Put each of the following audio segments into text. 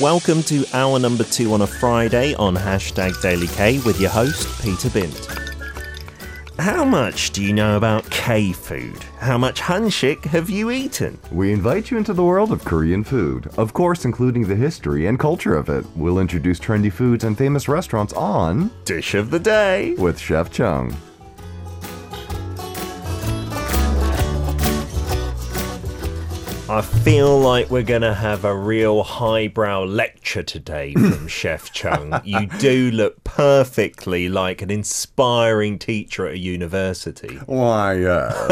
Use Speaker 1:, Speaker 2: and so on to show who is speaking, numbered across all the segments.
Speaker 1: Welcome to hour number two on a Friday on hashtag Daily K with your host, Peter Bint. How much do you know about K food? How much hanshik have you eaten?
Speaker 2: We invite you into the world of Korean food, of course, including the history and culture of it. We'll introduce trendy foods and famous restaurants on
Speaker 1: Dish of the day.
Speaker 2: with Chef Chung.
Speaker 1: I feel like we're going to have a real highbrow lecture today from Chef Chung. You do look perfectly like an inspiring teacher at a university.
Speaker 2: Why, yes,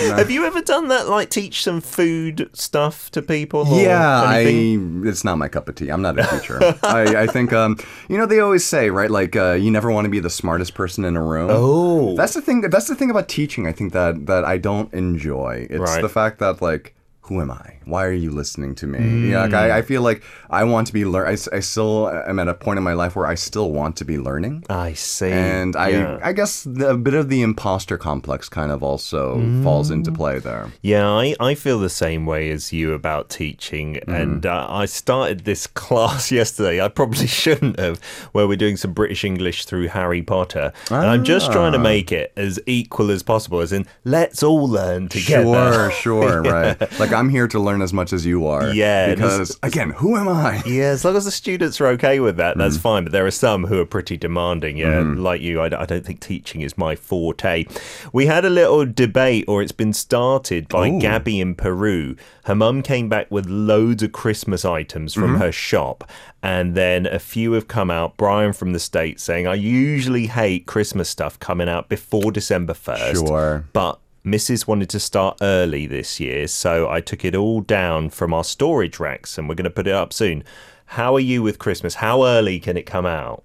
Speaker 1: Have you ever done that, like teach some food stuff to people? Or
Speaker 2: yeah,
Speaker 1: anything?
Speaker 2: I, it's not my cup of tea. I'm not a teacher. I, I think, um, you know, they always say, right? Like, uh, you never want to be the smartest person in a room.
Speaker 1: Oh.
Speaker 2: that's the thing. That's the thing about teaching. I think that that I don't enjoy. It's
Speaker 1: Right.
Speaker 2: the fact that like, who am I? Why are you listening to me? Yeah, like,
Speaker 1: Hmm.
Speaker 2: I, I feel like I want to be learn. I, s- I still am at a point in my life where I still want to be learning.
Speaker 1: I see.
Speaker 2: And I,
Speaker 1: yeah.
Speaker 2: I guess the, a bit of the imposter complex kind of also falls into
Speaker 1: Hmm.
Speaker 2: play there.
Speaker 1: Yeah, I, I feel the same way as you about teaching. And uh, I started this class yesterday, I probably shouldn't have, where we're doing some British English through Harry Potter. And I'm just trying to make it as equal as possible, as in, let's all learn together.
Speaker 2: Sure, sure, right. Like I'm here to learn as much as you are.
Speaker 1: Yeah, and this-
Speaker 2: Because again, who am I?
Speaker 1: Yeah, as long as the students are okay with that, that's fine. But there are some who are pretty demanding. Yeah, like you, I, d- I don't think teaching is my forte. We had a little debate, or it's been started by Gabby in Peru. Her mum came back with loads of Christmas items from her shop, and then a few have come out. Brian from the States saying, I usually hate Christmas stuff coming out before December 1st.
Speaker 2: Sure.
Speaker 1: But Mrs. wanted to start early this year, so I took it all down from our storage racks and we're going to put it up soon. How are you with Christmas? How early can it come out?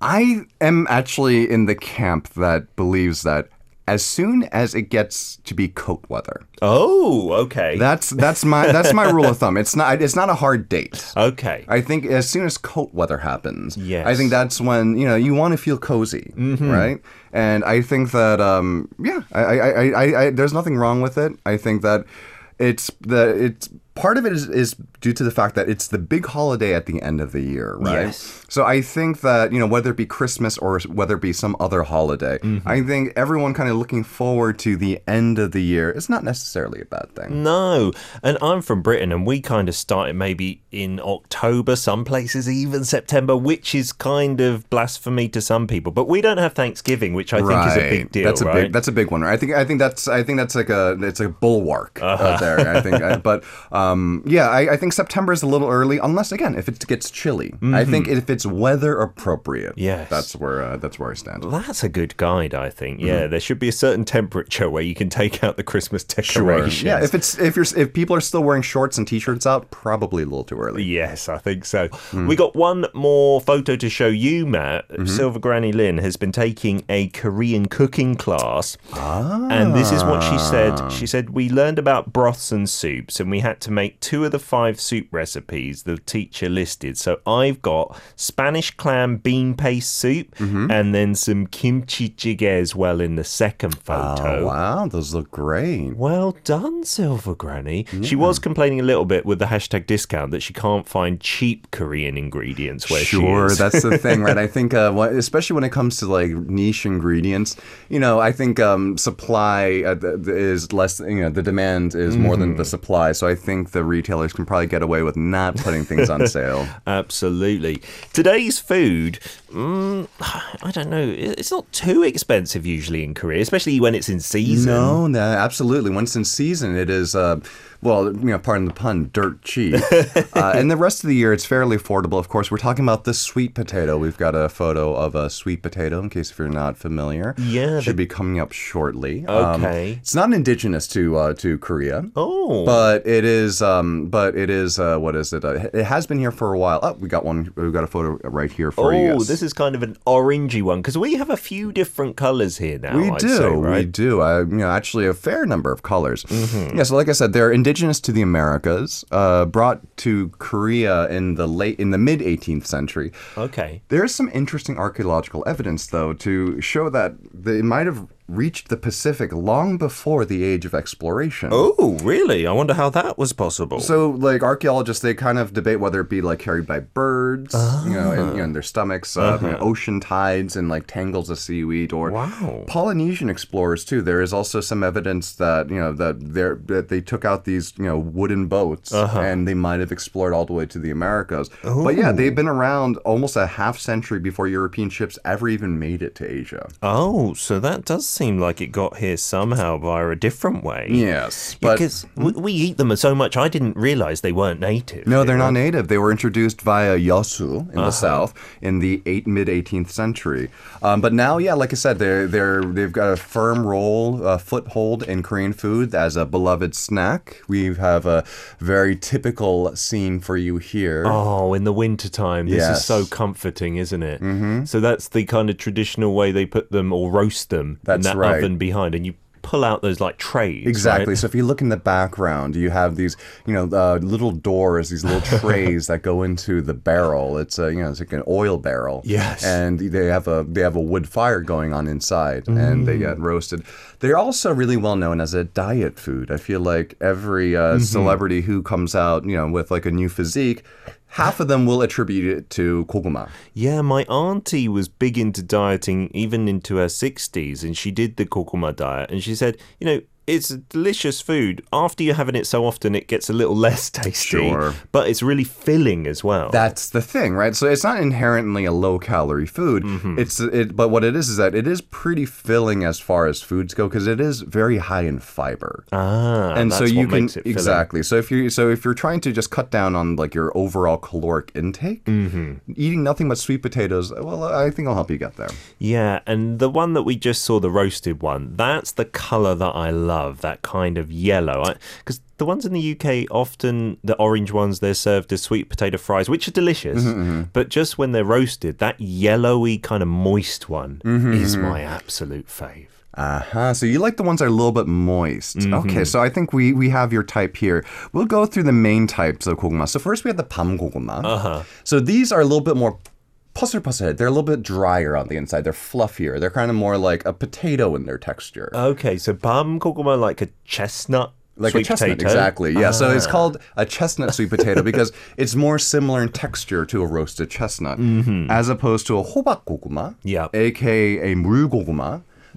Speaker 2: I am actually in the camp that believes that as soon as it gets to be coat weather,
Speaker 1: Oh, okay.
Speaker 2: that's that's my that's my rule of thumb. It's not it's not a hard date.
Speaker 1: okay.
Speaker 2: I think as soon as coat weather happens,
Speaker 1: Yes. Mm-hmm.
Speaker 2: I think that's when you know you want to feel cozy, right? And I think that um, yeah, I, I, I, I, I there's nothing wrong with it. I think that it's the it's part of it is, is due to the fact that it's the big holiday at the end of the year, right?
Speaker 1: Yes.
Speaker 2: So I think that you know whether it be Christmas or whether it be some other holiday,
Speaker 1: Mm-hmm.
Speaker 2: I think everyone kind of looking forward to the end of the year is not necessarily a bad thing.
Speaker 1: No. And I'm from Britain and we kind of started maybe in October, some places even September, which is kind of blasphemy to some people. But we don't have Thanksgiving, which I think is a big deal,
Speaker 2: That's a
Speaker 1: right?
Speaker 2: big. That's a big one. I think. I think that's. I think that's like a. It's a bulwark
Speaker 1: Uh-huh.
Speaker 2: out there. I think. I- but um, yeah, I, I think September is a little early, unless again, if it gets chilly. I think if it's weather appropriate.
Speaker 1: Mm-hmm. Yes.
Speaker 2: That's where. Uh, that's where I stand.
Speaker 1: That's a good guide, I think. Yeah,
Speaker 2: Mm-hmm.
Speaker 1: there should be a certain temperature where you can take out the Christmas decorations.
Speaker 2: Yeah. If it's if you're if people are still wearing shorts and t-shirts out, probably a little too early.
Speaker 1: Yes, I think so. We got one more photo to show you, Matt. Silver Granny Lynn has been taking a Korean cooking class. And this is what she said. She said, We learned about broths and soups, and we had to make two of the five soup recipes the teacher listed. So I've got Spanish clam bean paste soup and then some kimchi jjigae as well in the second photo.
Speaker 2: Oh wow, those look great.
Speaker 1: Well done, Silver Granny. She was complaining a little bit with the hashtag discount that she can't find cheap Korean ingredients where
Speaker 2: sure,
Speaker 1: she is.
Speaker 2: that's the thing, right? I think, uh, wh- especially when it comes to like niche ingredients, you know, I think um, supply uh, th- th- is less, you know, the demand is more than
Speaker 1: Mm-hmm.
Speaker 2: the supply. So I think the retailers can probably get away with not putting things on sale.
Speaker 1: Absolutely. Today's food, mm, I don't know, it- it's not too expensive usually in Korea, especially when it's in season.
Speaker 2: No, no, absolutely. Once in season, it is, uh, well, you know, pardon the pun, dirt cheap. uh, and the rest of the year, it's fairly affordable. Of course, we're talking about the sweet potato. We've got a photo of a sweet potato in case if you're not familiar.
Speaker 1: Yeah,
Speaker 2: should be coming up shortly. Um,
Speaker 1: Okay.
Speaker 2: it's not indigenous to uh, to Korea.
Speaker 1: Oh,
Speaker 2: But it is, um, but it is. Uh, what is it? Uh, it has been here for a while. Oh, we got one. We got a photo right here for you.
Speaker 1: oh
Speaker 2: guys.
Speaker 1: this is kind of an orangey one because we have a few different colours here now.
Speaker 2: We
Speaker 1: I'd
Speaker 2: do,
Speaker 1: say,
Speaker 2: we
Speaker 1: right? Mm-hmm.
Speaker 2: do. I, you know, actually, a fair number of colors. Yeah, so like I said, they're indigenous to the Americas, uh, brought to Korea in the late in the mid 18th century.
Speaker 1: Okay.
Speaker 2: There is some interesting archaeological evidence, though, to show that they might have reached the Pacific long before the age of exploration.
Speaker 1: Oh, really? I wonder how that was possible.
Speaker 2: So, like archaeologists, they kind of debate whether it be like carried by birds, you know, in, you
Speaker 1: Ah.
Speaker 2: know, in their stomachs, uh,
Speaker 1: Uh-huh.
Speaker 2: you know, ocean tides, and like tangles of seaweed, or
Speaker 1: Wow.
Speaker 2: Polynesian explorers too. There is also some evidence that you know that they that they took out these you know wooden boats
Speaker 1: Uh-huh.
Speaker 2: and they might have explored all the way to the Americas. But yeah, they've been around almost a half century before European ships ever even made it to Asia.
Speaker 1: oh, so that does seem like it got here somehow via a different way.
Speaker 2: Yes, but
Speaker 1: Because we, we eat them so much, I didn't realize they weren't native.
Speaker 2: No, they're not native. They were introduced via Yasu in the south in the eight, mid 18th century. Um, but now, yeah, like I said, they're they're they've got a firm role, uh, foothold in Korean food as a beloved snack. We have a very typical scene for you here.
Speaker 1: Oh, in the wintertime, this is so
Speaker 2: Yes.
Speaker 1: comforting, isn't it? Mm-hmm. So that's the kind of traditional way they put them or roast them in
Speaker 2: That's
Speaker 1: that
Speaker 2: right.
Speaker 1: oven behind, and you pull out those like trays. right?
Speaker 2: Exactly. So if you look in the background, you have these, you know, uh, little doors, these little trays that go into the barrel. It's a, you know, it's like an oil barrel.
Speaker 1: Yes.
Speaker 2: And they have a they have a wood fire going on inside, and they
Speaker 1: Mm.
Speaker 2: get roasted. They're also really well known as a diet food. I feel like every uh,
Speaker 1: Mm-hmm.
Speaker 2: celebrity who comes out, you know, with like a new physique, half of them will attribute it to koguma.
Speaker 1: Yeah, my auntie was big into dieting even into her 60s, and she did the kurkuma diet. And she said, you know, it's a delicious food. After you're having it so often, it gets a little less tasty,
Speaker 2: Sure.
Speaker 1: but it's really filling as well.
Speaker 2: That's the thing, right? So it's not inherently a low calorie food.
Speaker 1: Mm-hmm.
Speaker 2: It's it, but what it is is that it is pretty filling as far as foods go because it is very high in fiber.
Speaker 1: ah,
Speaker 2: and so
Speaker 1: that's
Speaker 2: you
Speaker 1: what
Speaker 2: can
Speaker 1: makes it filling.
Speaker 2: exactly. So if you so if you're trying to just cut down on like your overall caloric intake,
Speaker 1: Mm-hmm.
Speaker 2: eating nothing but sweet potatoes, well, I think I'll help you get there.
Speaker 1: Yeah, and the one that we just saw, the roasted one, that's the colour that I love, that kind of yellow. Because the ones in the UK, often the orange ones, they're served as sweet potato fries, which are delicious.
Speaker 2: Mm-hmm,
Speaker 1: But just when they're roasted, that yellowy, kind of moist one
Speaker 2: Mm-hmm,
Speaker 1: is my absolute fave.
Speaker 2: Uh-huh. So you like the ones that are a little bit moist.
Speaker 1: Mm-hmm.
Speaker 2: Okay, so I think we we have your type here. We'll go through the main types of koguma. So first we have the pam koguma. Uh-huh. So these are a little bit more pusser pusser. They're a little bit drier on the inside. They're fluffier. They're kind of more like a potato in their texture.
Speaker 1: Okay, so bam kokoma, like a chestnut.
Speaker 2: like
Speaker 1: sweet
Speaker 2: a chestnut,
Speaker 1: potato. Ah.
Speaker 2: exactly. Yeah, so it's called a chestnut sweet potato because it's more similar in texture to a roasted chestnut,
Speaker 1: Mm-hmm.
Speaker 2: as opposed to a hobak goguma,
Speaker 1: Yep.
Speaker 2: aka mul goguma,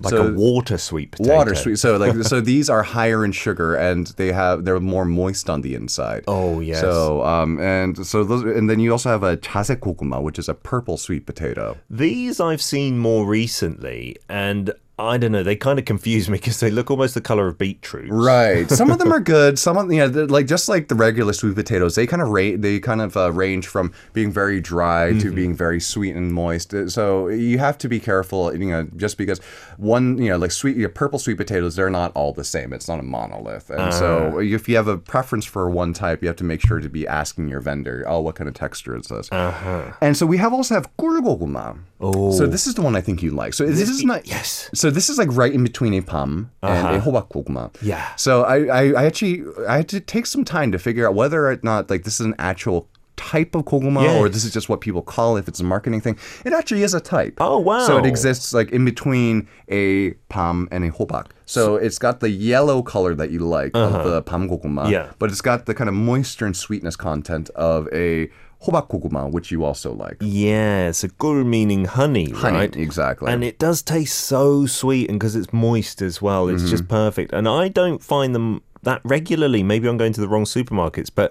Speaker 1: Like a water sweet potato.
Speaker 2: water sweet. So like so these are higher in sugar and they have they're more moist on the inside.
Speaker 1: Oh, yes.
Speaker 2: So um and so those and then you also have a chase kukuma, which is a purple sweet potato.
Speaker 1: These I've seen more recently, and I don't know, they kind of confuse me because they look almost the colour of beetroot.
Speaker 2: Right. Some of them are good. Some of you know, they're like just like the regular sweet potatoes, they kind of rate they kind of uh, range from being very dry to being very sweet and moist. Uh, So you have to be careful, you know, just because one, you know, like sweet your purple sweet potatoes, they're not all the same. It's not a monolith. And so if you have a preference for one type, you have to make sure to be asking your vendor, "Oh, what kind of texture is this?" Uh-huh. And so we have also have gurgoguma. Oh. So this is the one I think you like. So this is not
Speaker 1: Yes.
Speaker 2: so this is like right in between a pam and a hobak koguma.
Speaker 1: Uh-huh. Yeah.
Speaker 2: So I, I, I actually I had to take some time to figure out whether or not like this is an actual type of koguma or
Speaker 1: Yes.
Speaker 2: this is just what people call it if it's a marketing thing. It actually is a type.
Speaker 1: Oh, wow.
Speaker 2: So it exists like in between a pam and a hobak. So it's got the yellow color that you like of the pam koguma.
Speaker 1: Uh-huh. Yeah.
Speaker 2: But it's got the kind of moisture and sweetness content of a hobak koguma, which you also like.
Speaker 1: Yeah, so guru meaning honey,
Speaker 2: Honey,
Speaker 1: right?
Speaker 2: Exactly.
Speaker 1: And it does taste so sweet, and because it's moist as well, it's just
Speaker 2: Mm-hmm.
Speaker 1: perfect. And I don't find them that regularly. Maybe I'm going to the wrong supermarkets, but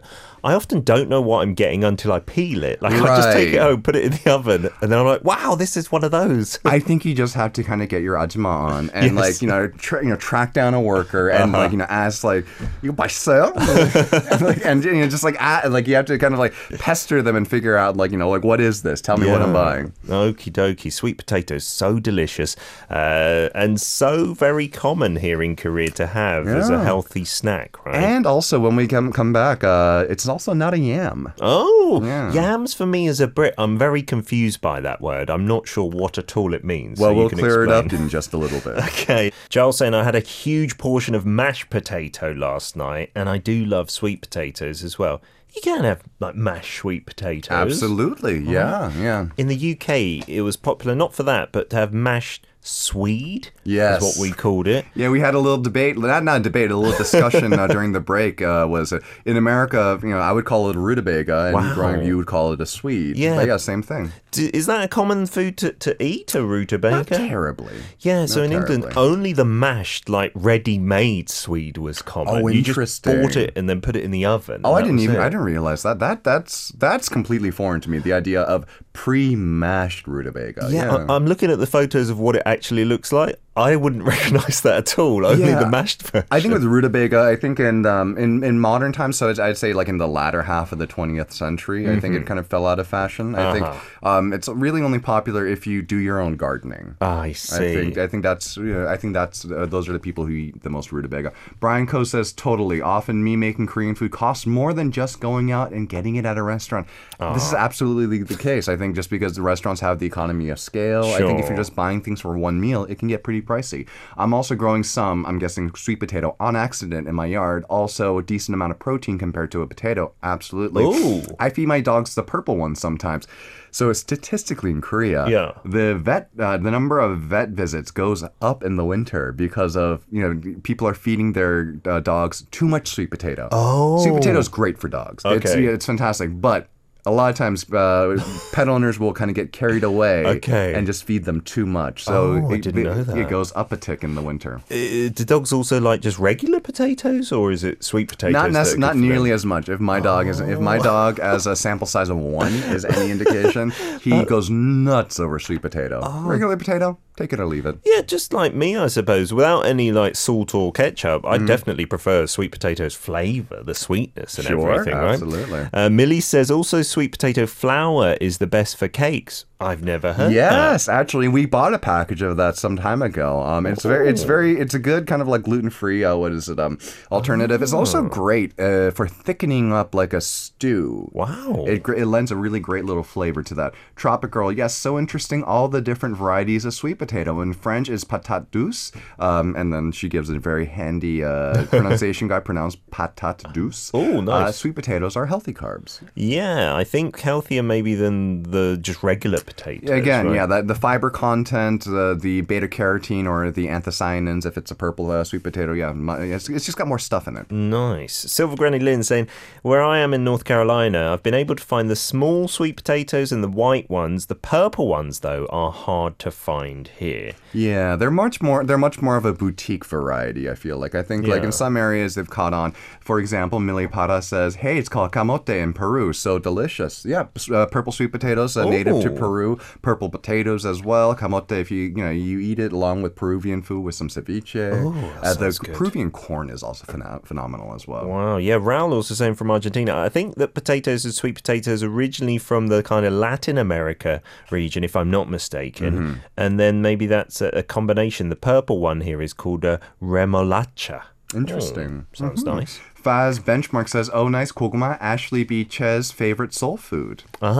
Speaker 1: I often don't know what I'm getting until I peel it. Like I just take it
Speaker 2: Right.
Speaker 1: home, put it in the oven, and then I'm like, wow, this is one of those.
Speaker 2: I think you just have to kind of get your ajima on and like you know tra- you know track down a worker and
Speaker 1: Uh-huh.
Speaker 2: like you know ask like you buy sale and, like, and you know, just like a like you have to kind of like pester them and figure out like you know like what is this tell me what I'm buying
Speaker 1: Okie dokie. Sweet potatoes, so delicious uh, and so very common here in Korea to have as a
Speaker 2: Yeah.
Speaker 1: healthy snack, right?
Speaker 2: and also when we come come back uh, it's also not a yam
Speaker 1: Oh,
Speaker 2: Yeah.
Speaker 1: yams for me as a Brit, I'm very confused by that word. I'm not sure what at all it means. so
Speaker 2: well
Speaker 1: you
Speaker 2: we'll
Speaker 1: can
Speaker 2: clear
Speaker 1: explain.
Speaker 2: it up in just a little bit
Speaker 1: Okay. Giles saying I had a huge portion of mashed potato last night, and I do love sweet potatoes as well. You can have like mashed sweet potatoes. Uh-huh.
Speaker 2: absolutely yeah yeah
Speaker 1: In the UK, it was popular not for that, but to have mashed swede.
Speaker 2: Yes.
Speaker 1: is what we called it.
Speaker 2: Yeah, we had a little debate, not not a debate, a little discussion uh, during the break. Uh, was uh, in America, you know, I would call it a rutabaga, and
Speaker 1: Wow.
Speaker 2: growing up, you would call it a sweet.
Speaker 1: Yeah.
Speaker 2: but yeah, same thing.
Speaker 1: D- Is that a common food to, to eat? A
Speaker 2: Not
Speaker 1: rutabaga.
Speaker 2: terribly.
Speaker 1: Yeah, so in
Speaker 2: Not
Speaker 1: England,
Speaker 2: terribly.
Speaker 1: only the mashed, like ready-made swede was common.
Speaker 2: Oh,
Speaker 1: you just bought
Speaker 2: interesting.
Speaker 1: it and then put it in the oven.
Speaker 2: Oh, I
Speaker 1: That
Speaker 2: didn't
Speaker 1: was
Speaker 2: even.
Speaker 1: it.
Speaker 2: I didn't realize that. That that's that's completely foreign to me. The idea of pre-mashed rutabaga.
Speaker 1: Yeah, uh, I, I'm looking at the photos of what it actually looks like. I wouldn't recognise that at all. Only
Speaker 2: Yeah.
Speaker 1: the mashed version.
Speaker 2: I think with rutabaga, I think in um, in in modern times, so it's, I'd say like in the latter half of the 20th century,
Speaker 1: Mm-hmm.
Speaker 2: I think it kind of fell out of fashion. I think
Speaker 1: Uh-huh.
Speaker 2: um, it's really only popular if you do your own gardening.
Speaker 1: Ah, I
Speaker 2: I
Speaker 1: see.
Speaker 2: think I think that's you know, I think that's uh, those are the people who eat the most rutabaga. Brian Coe says totally. Often me making Korean food costs more than just going out and getting it at a restaurant. This is absolutely the case. I think just because the restaurants have the economy of scale, I think
Speaker 1: Sure.
Speaker 2: if you're just buying things for one meal, it can get pretty pricey. I'm also growing some, I'm guessing sweet potato on accident in my yard. Also a decent amount of protein compared to a potato. Absolutely.
Speaker 1: Ooh.
Speaker 2: I feed my dogs the purple one sometimes. So statistically in Korea,
Speaker 1: Yeah.
Speaker 2: the vet uh, the number of vet visits goes up in the winter because of you know people are feeding their uh, dogs too much sweet potato. Oh, sweet potato is great for dogs. It's,
Speaker 1: Okay.
Speaker 2: yeah, it's fantastic, but. A lot of times, uh, pet owners will kind of get carried away
Speaker 1: Okay.
Speaker 2: and just feed them too much. So
Speaker 1: Oh, I
Speaker 2: it,
Speaker 1: didn't
Speaker 2: it-
Speaker 1: know that.
Speaker 2: it goes up a tick in the winter.
Speaker 1: Uh, do dogs also like just regular potatoes, or is it sweet potatoes?
Speaker 2: Not
Speaker 1: that are
Speaker 2: nec-
Speaker 1: good
Speaker 2: not
Speaker 1: for them?
Speaker 2: nearly as much. If my dog is if
Speaker 1: Oh.
Speaker 2: my dog as a sample size of one is any indication, he
Speaker 1: Uh,
Speaker 2: goes nuts over sweet potato.
Speaker 1: oh.
Speaker 2: Regular potato, take it or leave it.
Speaker 1: Yeah, just like me, I suppose. Without any like salt or ketchup,
Speaker 2: Mm.
Speaker 1: I definitely prefer sweet potato's flavour, the sweetness and
Speaker 2: Sure,
Speaker 1: everything. Right?
Speaker 2: absolutely.
Speaker 1: Uh, Millie says also sweet potato flour is the best for cakes. I've never heard. that.
Speaker 2: Yes, actually, we bought a package of that some time ago. Um, it's very, it's very, it's a good kind of like gluten free. Uh, what is it? Um, alternative. It's also great uh, for thickening up like a stew.
Speaker 1: Wow.
Speaker 2: It, gr- it lends a really great little flavor to that. Tropic Girl, yes, so interesting. All the different varieties of sweet potato. In French is patate douce, um, and then she gives a very handy uh, pronunciation guide pronounced patate douce.
Speaker 1: Oh, nice.
Speaker 2: Uh, sweet potatoes are healthy carbs.
Speaker 1: yeah, I think healthier maybe than the just regular potatoes.
Speaker 2: Again,
Speaker 1: right?
Speaker 2: yeah, that, the fiber content, the the beta carotene or the anthocyanins, if it's a purple uh, sweet potato, yeah, mu- it's, it's just got more stuff in it.
Speaker 1: Nice. Silver Granny Lynn saying, Where I am in North Carolina, I've been able to find the small sweet potatoes and the white ones. The purple ones, though, are hard to find here.
Speaker 2: Yeah, they're much more they're much more of a boutique variety. I feel like I think like
Speaker 1: Yeah.
Speaker 2: in some areas they've caught on. For example, Mili Para says, "Hey, it's called camote in Peru, so delicious." Yeah, s- uh, purple sweet potatoes uh, native to
Speaker 1: Ooh.
Speaker 2: Peru. Purple potatoes as well. Camote, if you you know you eat it along with Peruvian food with some ceviche. Oh, uh, the Peruvian corn is also pheno- phenomenal as well.
Speaker 1: Wow. Yeah, Raul also saying from Argentina. I think that potatoes and sweet potatoes originally from the kind of Latin America region, if I'm not mistaken.
Speaker 2: Mm-hmm.
Speaker 1: And then maybe that's a, a combination. The purple one here is called a remolacha.
Speaker 2: Interesting.
Speaker 1: Oh, sounds nice.
Speaker 2: Faz Benchmark says, "Oh, nice koguma, Ashley B. Che's favorite soul food."
Speaker 1: Aha,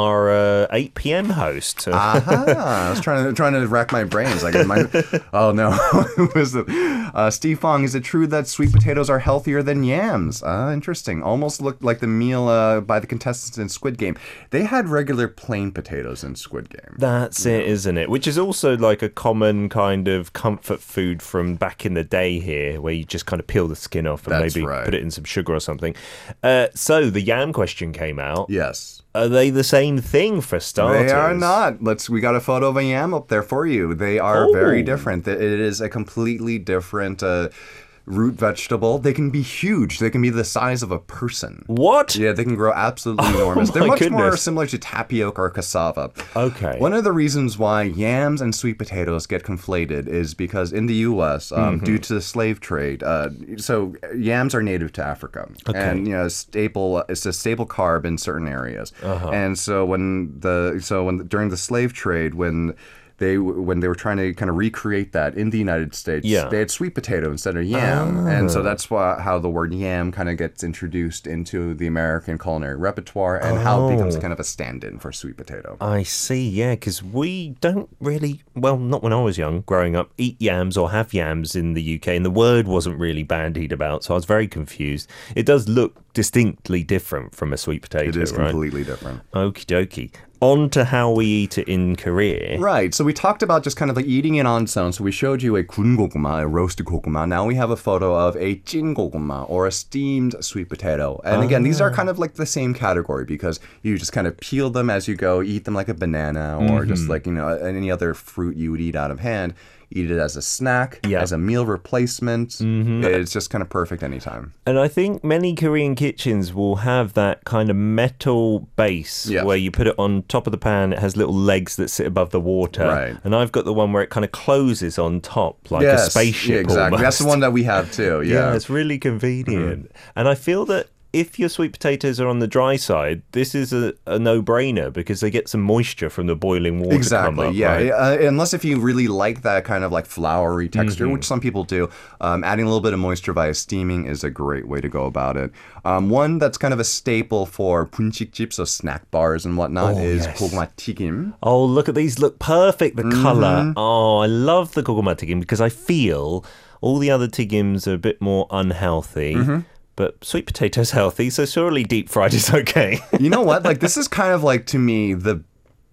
Speaker 1: our uh, 8 p.m. host.
Speaker 2: Ah. Aha! I was trying to trying to rack my brains. Like, my, oh no, Who was it? Uh, Steve Fong? Is it true that sweet potatoes are healthier than yams? Ah, interesting. Almost looked like the meal uh, by the contestants in Squid Game. They had regular plain potatoes in Squid Game.
Speaker 1: That's it, isn't it? Which is also like a common kind of comfort food from back in the day here, where you just kind of peel the skin off and
Speaker 2: That's
Speaker 1: maybe
Speaker 2: right.
Speaker 1: put it in some sugar or something. Uh, so the yam question came out.
Speaker 2: Yes.
Speaker 1: Are they the same thing for starters?
Speaker 2: They are not. Let's. We got a photo of a yam up there for you. They are very
Speaker 1: Oh.
Speaker 2: different. Th- It is a completely different uh, root vegetable. They can be huge. They can be the size of a person.
Speaker 1: What?
Speaker 2: Yeah, they can grow absolutely enormous. They're
Speaker 1: Oh my
Speaker 2: much more
Speaker 1: goodness.
Speaker 2: similar to tapioca or cassava.
Speaker 1: Okay.
Speaker 2: One of the reasons why yams and sweet potatoes get conflated is because in the U.S., um,
Speaker 1: Mm-hmm.
Speaker 2: due to the slave trade, uh, so yams are native to Africa, and you know, staple it's a staple carb in certain areas.
Speaker 1: Uh-huh.
Speaker 2: And so when the so when during the slave trade when they when they were trying to kind of recreate that in the United States,
Speaker 1: Yeah. Oh.
Speaker 2: they had sweet potato instead of yam, and so that's why how the word yam kind of gets introduced into the American culinary repertoire and how it
Speaker 1: Oh.
Speaker 2: becomes kind of a stand-in for sweet potato.
Speaker 1: I see, yeah, because we don't really, well, not when I was young, growing up, eat yams or have yams in the UK, and the word wasn't really bandied about, so I was very confused. It does look distinctly different from a sweet potato,
Speaker 2: It is
Speaker 1: right?
Speaker 2: completely different.
Speaker 1: Okie dokie. on to how we eat it in Korea.
Speaker 2: Right. So we talked about just kind of like eating it on its own. So we showed you a gungoguma, a roasted goguma. Now we have a photo of a jingoguma or a steamed sweet potato. And again, these are kind of like the same category because you just kind of peel them as you go, eat them like a banana or
Speaker 1: Mm-hmm.
Speaker 2: just like, you know, any other fruit you would eat out of hand. Eat it as a snack,
Speaker 1: Yeah. Mm-hmm.
Speaker 2: as a meal replacement. It's just kind of perfect anytime.
Speaker 1: And I think many Korean kitchens will have that kind of metal base
Speaker 2: Yeah.
Speaker 1: where you put it on top of the pan. It has little legs that sit above the water.
Speaker 2: Right.
Speaker 1: And I've got the one where it kind of closes on top like
Speaker 2: Yes,
Speaker 1: a spaceship.
Speaker 2: Yeah, exactly.
Speaker 1: Almost.
Speaker 2: That's the one that we have too.
Speaker 1: Yeah,
Speaker 2: Yeah. Mm-hmm.
Speaker 1: it's really convenient. And I feel that if your sweet potatoes are on the dry side, this is a, a no brainer because they get some moisture from the boiling water.
Speaker 2: Exactly.
Speaker 1: Come up,
Speaker 2: yeah.
Speaker 1: right?
Speaker 2: Uh, unless if you really like that kind of like floury texture,
Speaker 1: Mm-hmm.
Speaker 2: which some people do, um, adding a little bit of moisture via steaming is a great way to go about it. Um, one that's kind of a staple for punchikjip, so snack bars and whatnot,
Speaker 1: Oh,
Speaker 2: is
Speaker 1: yes.
Speaker 2: gogma tigim.
Speaker 1: Oh, look at these. Look perfect. The color.
Speaker 2: Mm-hmm.
Speaker 1: Oh, I love the gogoma tigim because I feel all the other tigims are a bit more unhealthy.
Speaker 2: Mm-hmm.
Speaker 1: But sweet potato's healthy, so surely deep fried is okay.
Speaker 2: You know what? Like this is kind of like to me the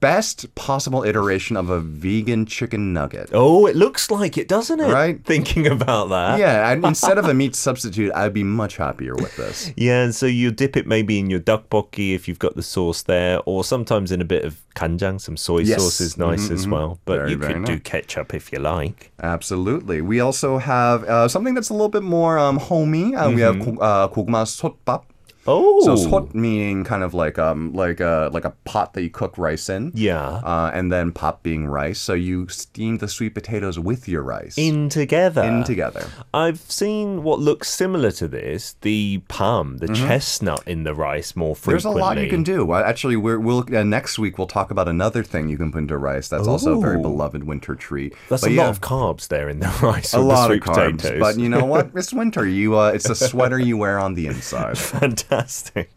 Speaker 2: best possible iteration of a vegan chicken nugget.
Speaker 1: oh, it looks like it, doesn't it?
Speaker 2: Right.
Speaker 1: Thinking about that.
Speaker 2: Yeah, and instead of a meat substitute, I'd be much happier with this.
Speaker 1: Yeah, and so you dip it maybe in your dakbokki if you've got the sauce there, or sometimes in a bit of kanjang. Some soy
Speaker 2: Yes. Mm-hmm,
Speaker 1: sauce is nice as well, but
Speaker 2: Very,
Speaker 1: you
Speaker 2: very
Speaker 1: could do ketchup if you like.
Speaker 2: Absolutely. We also have uh, something that's a little bit more um, homey. Uh, We have
Speaker 1: Mm-hmm.
Speaker 2: go- uh, gogma sotbap.
Speaker 1: Oh,
Speaker 2: So sot meaning kind of like um like a like a pot that you cook rice in.
Speaker 1: yeah,
Speaker 2: Uh, and then pop being rice. So you steam the sweet potatoes with your rice
Speaker 1: in uh, together.
Speaker 2: in together.
Speaker 1: I've seen what looks similar to this: the palm, the chestnut in the rice more
Speaker 2: Mm-hmm. There's a
Speaker 1: frequently.
Speaker 2: lot you can do. Uh, Actually, we're, we'll uh, next week we'll talk about another thing you can put into rice. That's also a very
Speaker 1: Ooh.
Speaker 2: beloved winter treat.
Speaker 1: That's
Speaker 2: But
Speaker 1: a
Speaker 2: yeah,
Speaker 1: lot of carbs there in the rice.
Speaker 2: a
Speaker 1: with
Speaker 2: lot
Speaker 1: the sweet
Speaker 2: of carbs.
Speaker 1: potatoes.
Speaker 2: But you know what? It's winter. You uh, it's a sweater you wear on the inside.
Speaker 1: fantastic.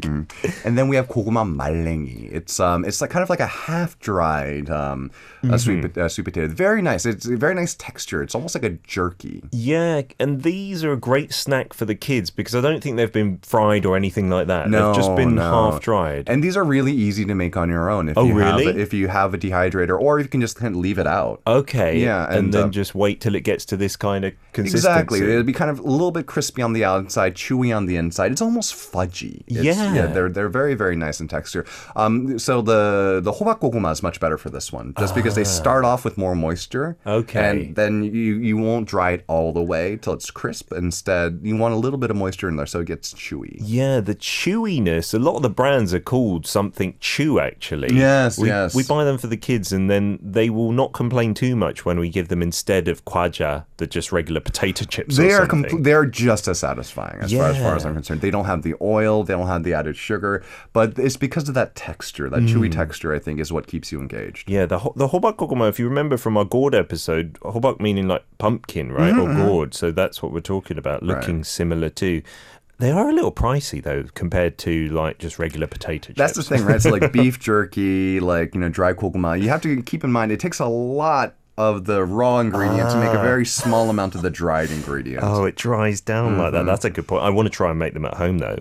Speaker 2: Mm. And then we have koguma malengi. It's um, it's like kind of like a half-dried um, uh, sweet pot- uh, sweet potato. Very nice. It's a very nice texture. It's almost like a jerky.
Speaker 1: Yeah, and these are a great snack for the kids because I don't think they've been fried or anything like that.
Speaker 2: No,
Speaker 1: they've just been
Speaker 2: no.
Speaker 1: half dried.
Speaker 2: And these are really easy to make on your own if you have
Speaker 1: really?
Speaker 2: if you have a dehydrator, or you can just kind of leave it out.
Speaker 1: Okay.
Speaker 2: Yeah,
Speaker 1: and,
Speaker 2: and,
Speaker 1: then
Speaker 2: uh,
Speaker 1: just wait till it gets to this kind of consistency.
Speaker 2: Exactly. It'll be kind of a little bit crispy on the outside, chewy on the inside. It's almost fudgy. It's,
Speaker 1: Yeah.
Speaker 2: They're they're very very nice in texture. Um. So the the hobak goguma is much better for this one, just because they start off with more moisture.
Speaker 1: Okay.
Speaker 2: And then you you won't dry it all the way till it's crisp. Instead, you want a little bit of moisture in there so it gets chewy.
Speaker 1: Yeah, the chewiness. A lot of the brands are called something chew actually.
Speaker 2: Yes,
Speaker 1: we,
Speaker 2: yes.
Speaker 1: We buy them for the kids and then they will not complain too much when we give them instead of kwaja, the just regular potato chips
Speaker 2: They
Speaker 1: or
Speaker 2: are
Speaker 1: something.
Speaker 2: compl- they are just as satisfying as far as far as
Speaker 1: Yeah.
Speaker 2: I'm concerned. They don't have the oil, they don't have the added sugar, but it's because of that texture, that
Speaker 1: Mm.
Speaker 2: chewy texture, I think, is what keeps you engaged.
Speaker 1: Yeah, the ho- the hobak kokomo, if you remember from our gourd episode, hobak meaning like pumpkin, right?
Speaker 2: Mm-hmm,
Speaker 1: Or gourd. So that's what we're talking about, looking similar to. They are a little pricey though, compared to like just regular potato chips.
Speaker 2: That's the thing, right? So like beef jerky, like you know dry kurkuma. You have to keep in mind it takes a lot of the raw ingredient to make a very small amount of the dried ingredient.
Speaker 1: Oh, it dries down like
Speaker 2: Mm-hmm.
Speaker 1: that. That's a good point. I want to try and make them at home though.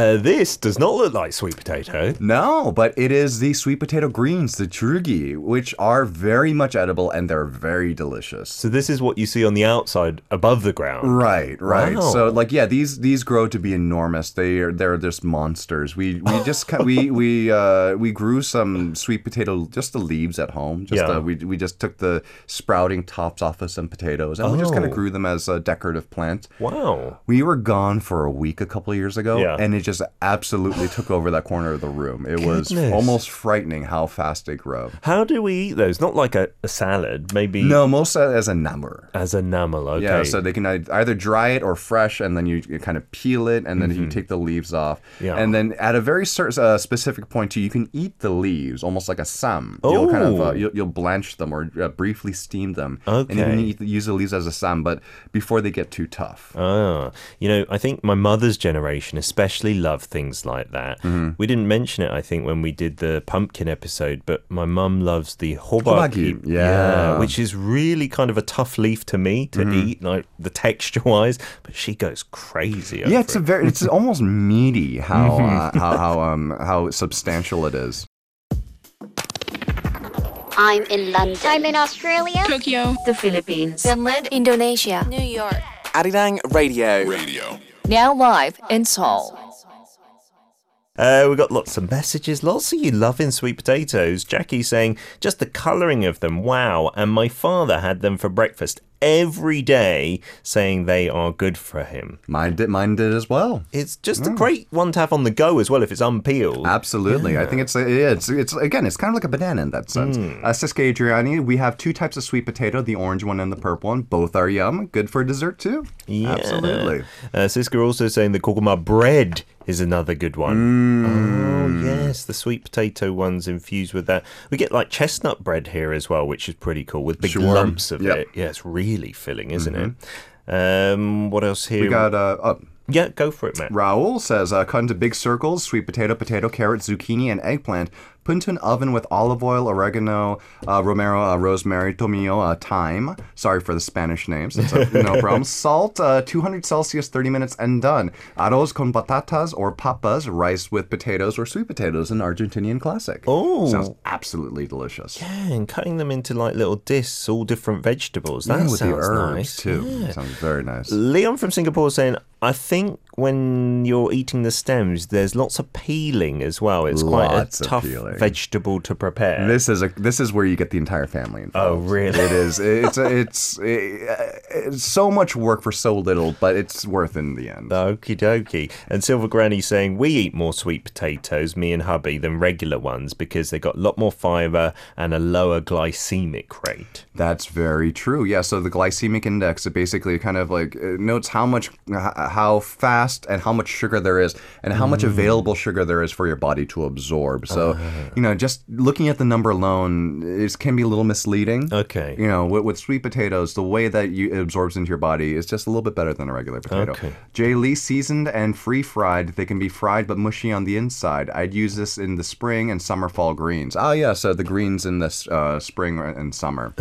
Speaker 1: Uh, this does not look like sweet potato.
Speaker 2: No, but it is the sweet potato greens, the churgi, which are very much edible and they're very delicious.
Speaker 1: So this is what you see on the outside above the ground.
Speaker 2: Right, right.
Speaker 1: Wow.
Speaker 2: So like yeah, these these grow to be enormous. They are they're just monsters. We we just ca- we we uh we grew some sweet potato just the leaves at home. Just
Speaker 1: Yeah.
Speaker 2: uh, we we just took the sprouting tops off of some potatoes and we just kind
Speaker 1: Oh.
Speaker 2: of grew them as a decorative plant.
Speaker 1: Wow.
Speaker 2: We were gone for a week a couple years ago,
Speaker 1: Yeah.
Speaker 2: and it just absolutely took over that corner of the room. It was
Speaker 1: Goodness.
Speaker 2: almost frightening how fast they grow.
Speaker 1: How do we eat those? Not like a, a salad, maybe
Speaker 2: No, most uh, as a number.
Speaker 1: as a namal. Okay.
Speaker 2: Yeah, so they can ei- either dry it or fresh, and then you, you kind of peel it, and then you take the leaves off.
Speaker 1: Mm-hmm. Yeah.
Speaker 2: And then at a very cer uh, specific point, too, you can eat the leaves, almost like a sam. You'll kind of uh,
Speaker 1: Oh.
Speaker 2: you'll, you'll blanch them or uh, briefly steam them, and you can
Speaker 1: Okay.
Speaker 2: eat, use the leaves as a sam, but before they get too tough.
Speaker 1: Ah, you know, I think my mother's generation especially loved things like that.
Speaker 2: Mm-hmm.
Speaker 1: We didn't mention it, I think, when we did the pumpkin episode, but my mum loves the hobaki,
Speaker 2: Hobaki, yeah.
Speaker 1: which is really kind of a tough leaf to me to
Speaker 2: Mm-hmm.
Speaker 1: eat, like the texture wise. But she goes crazy.
Speaker 2: yeah,
Speaker 1: over
Speaker 2: it's
Speaker 1: it.
Speaker 2: a very it's
Speaker 1: Mm-hmm.
Speaker 2: almost meaty how uh, how how um how substantial it is.
Speaker 3: I'm in London. I'm in Australia.
Speaker 4: Tokyo,
Speaker 5: the Philippines,
Speaker 6: Finland, Indonesia,
Speaker 7: New York.
Speaker 8: Arirang Radio.
Speaker 7: Now live in Seoul.
Speaker 1: Uh, we got lots of messages, lots of you loving sweet potatoes. Jackie saying, just the colouring of them, wow. And my father had them for breakfast every day, saying they are good for him.
Speaker 2: Mine did, mine did as well.
Speaker 1: It's just
Speaker 2: Mm.
Speaker 1: a great one to have on the go as well if it's unpeeled.
Speaker 2: Absolutely, I think it's yeah, it's it's again, it's kind of like a banana in that sense. Uh, Siska Adriani, we have two types of sweet potato: the orange one and the purple one. Both are yum, good for dessert too.
Speaker 1: Yeah.
Speaker 2: Absolutely.
Speaker 1: Uh, Siska also saying the kurkuma bread is another good one.
Speaker 2: Mm.
Speaker 1: Oh, yes, the sweet potato ones infused with that. We get like chestnut bread here as well, which is pretty cool with big
Speaker 2: Sure.
Speaker 1: lumps of
Speaker 2: Yep. Mm-hmm.
Speaker 1: it. Yeah, it's really filling, isn't it? Um, what else here?
Speaker 2: We got uh, oh,
Speaker 1: yeah, go for it, Matt.
Speaker 2: Raoul says, uh, cut into big circles, sweet potato, potato, carrot, zucchini, and eggplant. Put into an oven with olive oil, oregano, uh, romero, uh, rosemary, tomillo, uh, thyme. Sorry for the Spanish names. It's, uh, no problem. Salt, uh, 200 Celsius, 30 minutes, and done. Arroz con patatas or papas, rice with potatoes or sweet potatoes, an Argentinian classic.
Speaker 1: Oh.
Speaker 2: Sounds absolutely delicious.
Speaker 1: Yeah, and cutting them into like little discs, all different vegetables. That
Speaker 2: Yeah, with
Speaker 1: sounds
Speaker 2: the herbs,
Speaker 1: nice
Speaker 2: too.
Speaker 1: Yeah.
Speaker 2: Sounds very nice.
Speaker 1: Leon from Singapore saying, I think when you're eating the stems, there's lots of peeling as well. It's
Speaker 2: Lots
Speaker 1: quite
Speaker 2: of
Speaker 1: a tough
Speaker 2: peeling.
Speaker 1: vegetable to prepare.
Speaker 2: This is a this is where you get the entire family involved.
Speaker 1: Oh, really?
Speaker 2: It is. It's it's, it's so much work for so little, but it's worth in the end.
Speaker 1: Okie dokie. And Silver Granny saying, We eat more sweet potatoes, me and hubby, than regular ones because they got a lot more fibre and a lower glycemic rate.
Speaker 2: That's very true. Yeah. So the glycemic index it basically kind of like it notes how much, h- how fast, and how much sugar there is, and how much available sugar there is for your body to absorb. So, you know, just looking at the number alone is can be a little misleading.
Speaker 1: Okay.
Speaker 2: You know, with, with sweet potatoes, the way that you, it absorbs into your body is just a little bit better than a regular potato.
Speaker 1: Okay.
Speaker 2: J. Lee seasoned and free fried. They can be fried but mushy on the inside. I'd use this in the spring and summer fall greens. Ah, yeah, so the greens in the s- uh, spring and summer.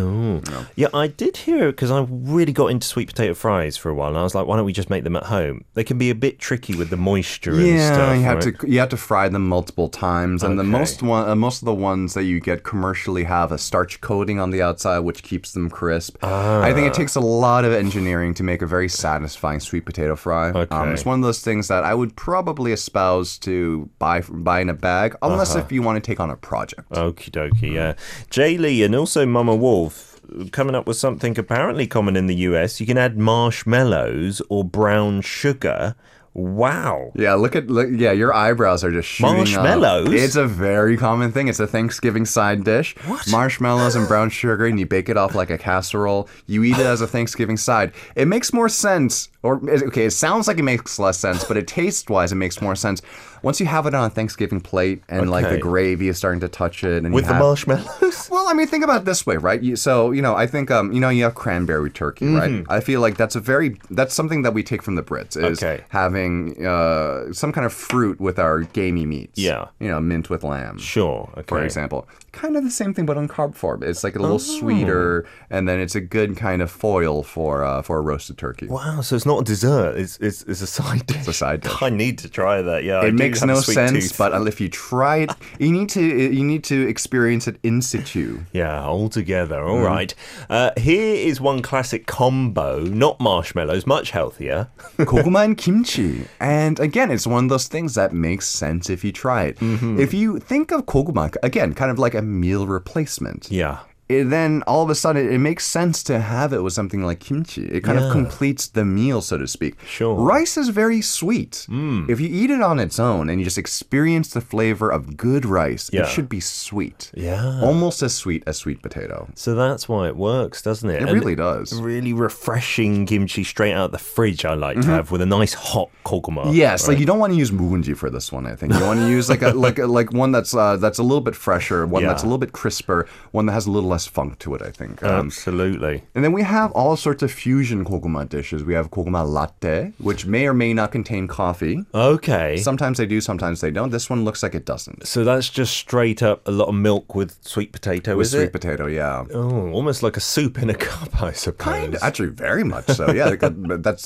Speaker 1: Yeah, I did hear because I really got into sweet potato fries for a while, and I was like, why don't we just make them at home? They can be a bit tricky with the moisture and
Speaker 2: Yeah,
Speaker 1: stuff.
Speaker 2: you have
Speaker 1: right?
Speaker 2: to you have to fry them multiple times, and the most one uh, most of the ones that you get commercially have a starch coating on the outside, which keeps them crisp. I think it
Speaker 1: Ah.
Speaker 2: takes a lot of engineering to make a very satisfying sweet potato fry. Um,
Speaker 1: Okay.
Speaker 2: it's one of those things that I would probably espouse to buy buy in a bag, unless
Speaker 1: Uh-huh.
Speaker 2: if you want to take on a project.
Speaker 1: Okie dokie, yeah. Jay Lee and also Mama Wolf uh, coming up with something apparently common in the US. You can add marshmallows or brown sugar. Wow.
Speaker 2: Yeah, look at look, yeah, your eyebrows are just shooting up.
Speaker 1: Marshmallows?
Speaker 2: It's a very common thing. It's a Thanksgiving side dish. Marshmallows and brown sugar, and you bake it off like a casserole. You eat it as a Thanksgiving side. It makes more sense, or okay, it sounds like it makes less sense, but it taste wise, it makes more sense once you have it on a Thanksgiving plate and like the
Speaker 1: Okay.
Speaker 2: gravy is starting to touch it, and
Speaker 1: With
Speaker 2: you
Speaker 1: the
Speaker 2: have,
Speaker 1: marshmallows?
Speaker 2: well, I mean, think about it this way, right? You, so, you know, I think, um, you know, you have cranberry turkey, right?
Speaker 1: Mm-hmm.
Speaker 2: I feel like that's a very that's something that we take from the Brits is
Speaker 1: Okay.
Speaker 2: having uh, some kind of fruit with our gamey meats.
Speaker 1: Yeah.
Speaker 2: you know, mint with lamb,
Speaker 1: sure. Okay. Oh.
Speaker 2: for example. Kind of the same thing, but on carb form. It's like a little sweeter, and then it's a good kind of foil for uh, for a roasted turkey.
Speaker 1: Wow, so it's not a dessert, it's, it's, it's a side dish. It's
Speaker 2: a side dish.
Speaker 1: I need to try that, yeah. I
Speaker 2: it
Speaker 1: do
Speaker 2: makes
Speaker 1: have a
Speaker 2: no
Speaker 1: sweet
Speaker 2: sense,
Speaker 1: tooth.
Speaker 2: but if you try it, you need to you need to experience it in situ.
Speaker 1: Yeah, all together.
Speaker 2: Mm-hmm.
Speaker 1: All right. Uh, here is one classic combo, not marshmallows, much healthier.
Speaker 2: Koguma and kimchi. And again, it's one of those things that makes sense if you try it.
Speaker 1: Mm-hmm.
Speaker 2: If you think of koguma, again, kind of like a meal replacement,
Speaker 1: Yeah.
Speaker 2: it, then all of a sudden it makes sense to have it with something like kimchi. It kind of
Speaker 1: Yeah.
Speaker 2: completes the meal, so to speak.
Speaker 1: Sure. Mm.
Speaker 2: Rice is very sweet. If you eat it on its own and you just experience the flavor of good rice,
Speaker 1: Yeah.
Speaker 2: it should be sweet.
Speaker 1: Yeah.
Speaker 2: Almost as sweet as sweet potato.
Speaker 1: So that's why it works, doesn't it?
Speaker 2: It
Speaker 1: And
Speaker 2: really does.
Speaker 1: Really refreshing kimchi straight out the fridge. I like
Speaker 2: Mm-hmm.
Speaker 1: to have with a nice hot koguma.
Speaker 2: Yes, like you don't want to use mugunji for this one. I think you want to use like a like a, like one that's uh, that's a little bit fresher, one that's a
Speaker 1: Yeah. Uh,
Speaker 2: little bit crisper, one that has a little less funk to it. I think. Um,
Speaker 1: absolutely.
Speaker 2: and then we have all sorts of fusion koguma dishes. We have koguma latte, which may or may not contain coffee.
Speaker 1: Okay.
Speaker 2: Sometimes they do, sometimes they don't. This one looks like it doesn't.
Speaker 1: so that's just straight up a lot of milk with sweet potato,
Speaker 2: With
Speaker 1: is
Speaker 2: sweet
Speaker 1: it?
Speaker 2: potato, yeah.
Speaker 1: oh, almost like a soup in a cup, I suppose.
Speaker 2: Kind of, actually, very much so. Yeah, like, uh, but that's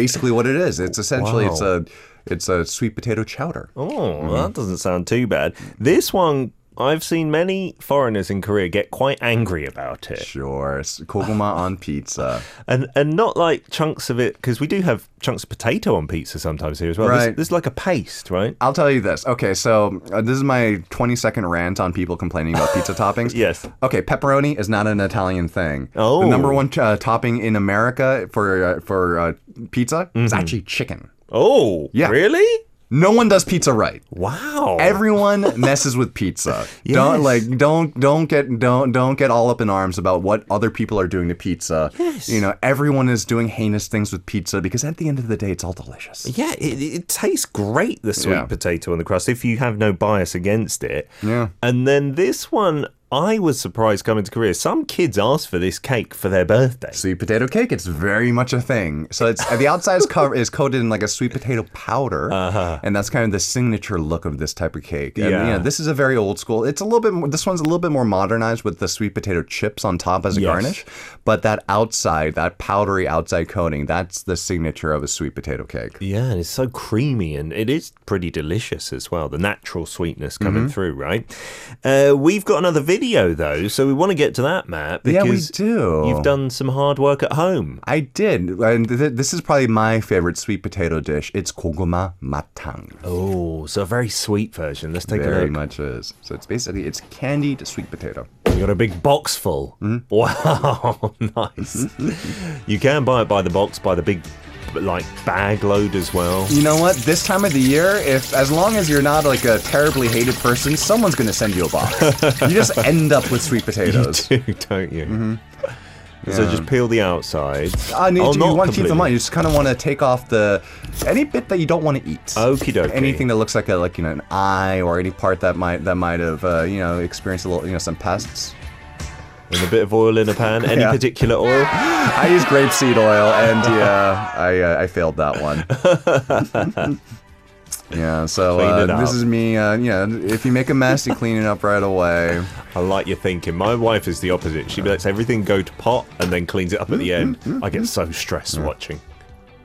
Speaker 2: basically what it is. It's essentially it's
Speaker 1: Wow.
Speaker 2: a it's a sweet potato chowder.
Speaker 1: Mm-hmm. Oh, well, that doesn't sound too bad. This one I've seen many foreigners in Korea get quite angry about it.
Speaker 2: Sure. s- Koguma on pizza.
Speaker 1: and and not like chunks of it because we do have chunks of potato on pizza sometimes here as well. This-
Speaker 2: Right.
Speaker 1: This, is like a paste, right?
Speaker 2: I'll tell you this. Okay, so uh, this is my 20 second rant on people complaining about pizza toppings.
Speaker 1: Yes.
Speaker 2: Okay, pepperoni is not an Italian thing.
Speaker 1: Oh.
Speaker 2: The number one uh, topping in America for uh, for uh, pizza is
Speaker 1: Mm-hmm.
Speaker 2: actually chicken.
Speaker 1: Oh,
Speaker 2: Yeah.
Speaker 1: Really?
Speaker 2: No one does pizza right.
Speaker 1: Wow.
Speaker 2: Everyone messes with pizza. Don't
Speaker 1: Yes.
Speaker 2: like don't don't get don't don't get all up in arms about what other people are doing to pizza.
Speaker 1: Yes.
Speaker 2: You know, everyone is doing heinous things with pizza because at the end of the day it's all delicious.
Speaker 1: yeah, it, it tastes great, the sweet
Speaker 2: Yeah.
Speaker 1: potato on the crust, if you have no bias against it.
Speaker 2: Yeah.
Speaker 1: And then this one, I was surprised coming to Korea. Some kids asked for this cake for their birthday.
Speaker 2: Sweet potato cake, it's very much a thing. So it's the outside is, cover, is coated in like a sweet potato powder, and that's kind of the signature look of this type of cake. And,
Speaker 1: Uh-huh. Yeah.
Speaker 2: you know, this is a very old school. It's a little bit. More, this one's a little bit more modernized with the sweet potato chips on top as a
Speaker 1: Yes.
Speaker 2: garnish, but that outside, that powdery outside coating, that's the signature of a sweet potato cake.
Speaker 1: Yeah, and it's so creamy and it is pretty delicious as well. The natural sweetness coming through, right? Uh, we've got another video though, so we want to get to that, Matt.
Speaker 2: Yeah, we
Speaker 1: because
Speaker 2: do.
Speaker 1: You've done some hard work at home.
Speaker 2: I did, and th- this is probably my favorite sweet potato dish. It's koguma matang.
Speaker 1: Oh, so a very sweet version. Let's take a
Speaker 2: Very
Speaker 1: look.
Speaker 2: much is. So it's basically it's candied sweet potato.
Speaker 1: You got a big box full. Wow, nice. you can buy it by the box, by the big like bag load as well.
Speaker 2: You know what? This time of the year, if as long as you're not like a terribly hated person, someone's gonna send you a box. you just end up with sweet potatoes.
Speaker 1: Do, don't you? So just peel the outside.
Speaker 2: I need
Speaker 1: Oh,
Speaker 2: to, Uh, you
Speaker 1: not
Speaker 2: want to keep them on.
Speaker 1: completely.
Speaker 2: You just kind of want to take off the any bit that you don't want to eat.
Speaker 1: Okie dokie.
Speaker 2: Anything that looks like a like you know an eye or any part that might that might have uh, you know experienced a little you know some pests.
Speaker 1: And a bit of oil in a pan. Any
Speaker 2: Yeah.
Speaker 1: particular oil?
Speaker 2: I used grapeseed oil, and yeah, I uh, I failed that one. yeah, so
Speaker 1: Clean it
Speaker 2: uh, this
Speaker 1: up.
Speaker 2: is me. Uh, you know, if you make a mess, you clean it up right away.
Speaker 1: I like your thinking. My wife is the opposite. She lets everything go to pot and then cleans it up at the end. I get so
Speaker 2: Mm.
Speaker 1: stressed watching.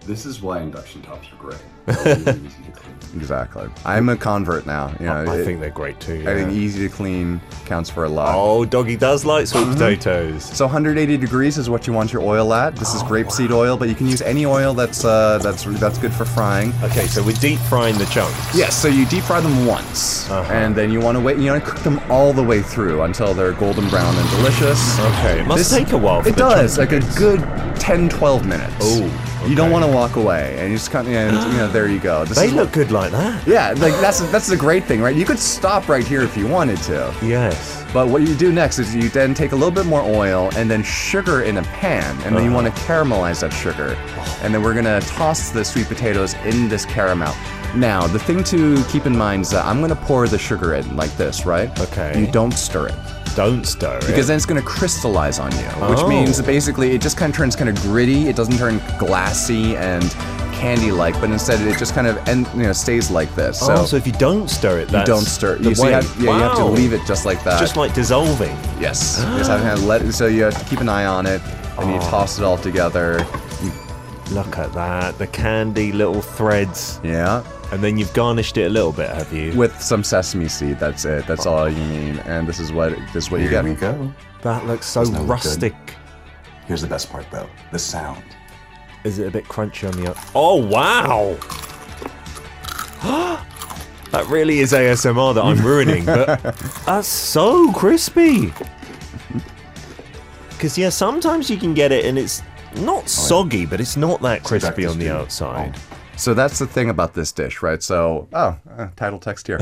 Speaker 4: This is why induction tops are great. They're really easy to clean.
Speaker 2: Exactly. I'm a convert now. You know,
Speaker 1: I
Speaker 2: it-
Speaker 1: think they're great too.
Speaker 2: I
Speaker 1: yeah.
Speaker 2: think easy to clean counts for a lot.
Speaker 1: Oh, doggy does like sweet
Speaker 2: Mm-hmm.
Speaker 1: potatoes.
Speaker 2: So 180 degrees is what you want your oil at. This is grapeseed oil, but you can use any oil that's uh, that's that's good for frying.
Speaker 1: Okay, so we're deep frying the chunks.
Speaker 2: Yes, so you deep fry them once, and then you want to wait. You want to cook them all the way through until they're golden brown and delicious.
Speaker 1: Okay, it must
Speaker 2: This-
Speaker 1: take a while. For the
Speaker 2: It does,
Speaker 1: chunk
Speaker 2: like
Speaker 1: to
Speaker 2: a
Speaker 1: get-
Speaker 2: good 10, 12 minutes.
Speaker 1: Oh,
Speaker 2: You don't
Speaker 1: okay.
Speaker 2: want to walk away, and you just kind of, and, you know, there you go. This
Speaker 1: They
Speaker 2: is-
Speaker 1: look good like that.
Speaker 2: Yeah, like that's that's the great thing, right? You could stop right here if you wanted to.
Speaker 1: Yes.
Speaker 2: But what you do next is you then take a little bit more oil and then sugar in a pan, and then you want to
Speaker 1: Uh-huh.
Speaker 2: caramelize that sugar. And then we're gonna toss the sweet potatoes in this caramel. Now, the thing to keep in mind is that I'm gonna pour the sugar in like this, right?
Speaker 1: Okay.
Speaker 2: You don't stir it
Speaker 1: Don't stir it.
Speaker 2: because then it's going to crystallize on you, which
Speaker 1: Oh.
Speaker 2: means that basically it just kind of turns kind of gritty. It doesn't turn glassy and candy-like, but instead it just kind of end, you know stays like this. So,
Speaker 1: oh, so if you don't stir it,
Speaker 2: you
Speaker 1: that's
Speaker 2: don't stir. it.
Speaker 1: The
Speaker 2: You, see,
Speaker 1: way.
Speaker 2: you have, yeah, you have to
Speaker 1: Wow.
Speaker 2: leave it just like that.
Speaker 1: Just like dissolving.
Speaker 2: yes, yes. I've had let so you have to keep an eye on it, and you toss it all together.
Speaker 1: Look at that. The candy little threads.
Speaker 2: Yeah,
Speaker 1: And then you've garnished it a little bit, have you?
Speaker 2: with some sesame seed. That's it. That's all you need. And this is what this is what you
Speaker 4: Here
Speaker 2: get.
Speaker 4: we go.
Speaker 1: that looks so
Speaker 4: Doesn't that look good?
Speaker 1: rustic.
Speaker 4: Here's the best part though the sound.
Speaker 1: Is it a bit crunchy on the outside? Oh, wow! that really is ASMR that I'm ruining, but that's so crispy! Because, yeah, sometimes you can get it and it's not soggy, but Oh, it's not that crispy on the
Speaker 4: Dr. Steve.
Speaker 1: outside.
Speaker 2: So that's the thing about this dish, right? So, oh, uh, title text here.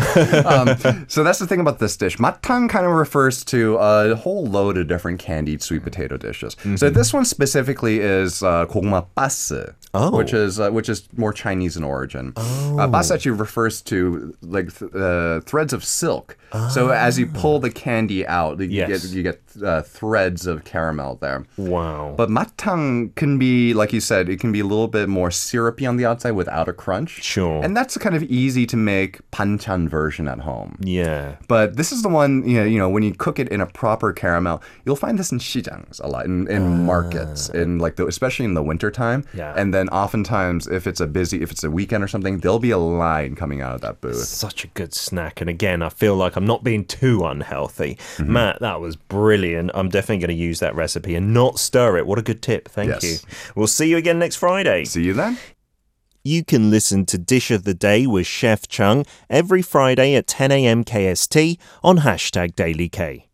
Speaker 2: um, so that's the thing about this dish. Matang kind of refers to a whole load of different candied sweet potato dishes.
Speaker 1: Mm-hmm.
Speaker 2: So this one specifically is uh, kogma pasu,
Speaker 1: Oh.
Speaker 2: which is uh, which is more Chinese in origin. Uh, pasu actually refers to like th- uh, threads of silk. So as you pull the candy out, you
Speaker 1: Yes.
Speaker 2: get you get uh, threads of caramel there.
Speaker 1: Wow.
Speaker 2: But matang can be, like you said, it can be a little bit more syrupy on the outside with without a crunch.
Speaker 1: Sure.
Speaker 2: And that's kind of easy to make panchan version at home.
Speaker 1: Yeah.
Speaker 2: But this is the one, you know, you know, when you cook it in a proper caramel, you'll find this in shijangs a lot, in, in markets, in like the, especially in the wintertime.
Speaker 1: Ah. Yeah.
Speaker 2: And then oftentimes, if it's a busy, if it's a weekend or something, there'll be a line coming out of that booth.
Speaker 1: Such a good snack. And again, I feel like I'm not being too unhealthy.
Speaker 2: Mm-hmm.
Speaker 1: Matt, that was brilliant. I'm definitely going to use that recipe and not stir it. What a good tip. Thank
Speaker 2: Yes.
Speaker 1: you. We'll see you again next Friday.
Speaker 2: See you then.
Speaker 1: You can listen to Dish of the Day with Chef Chung every Friday at 10 a.m. KST on hashtag Daily K.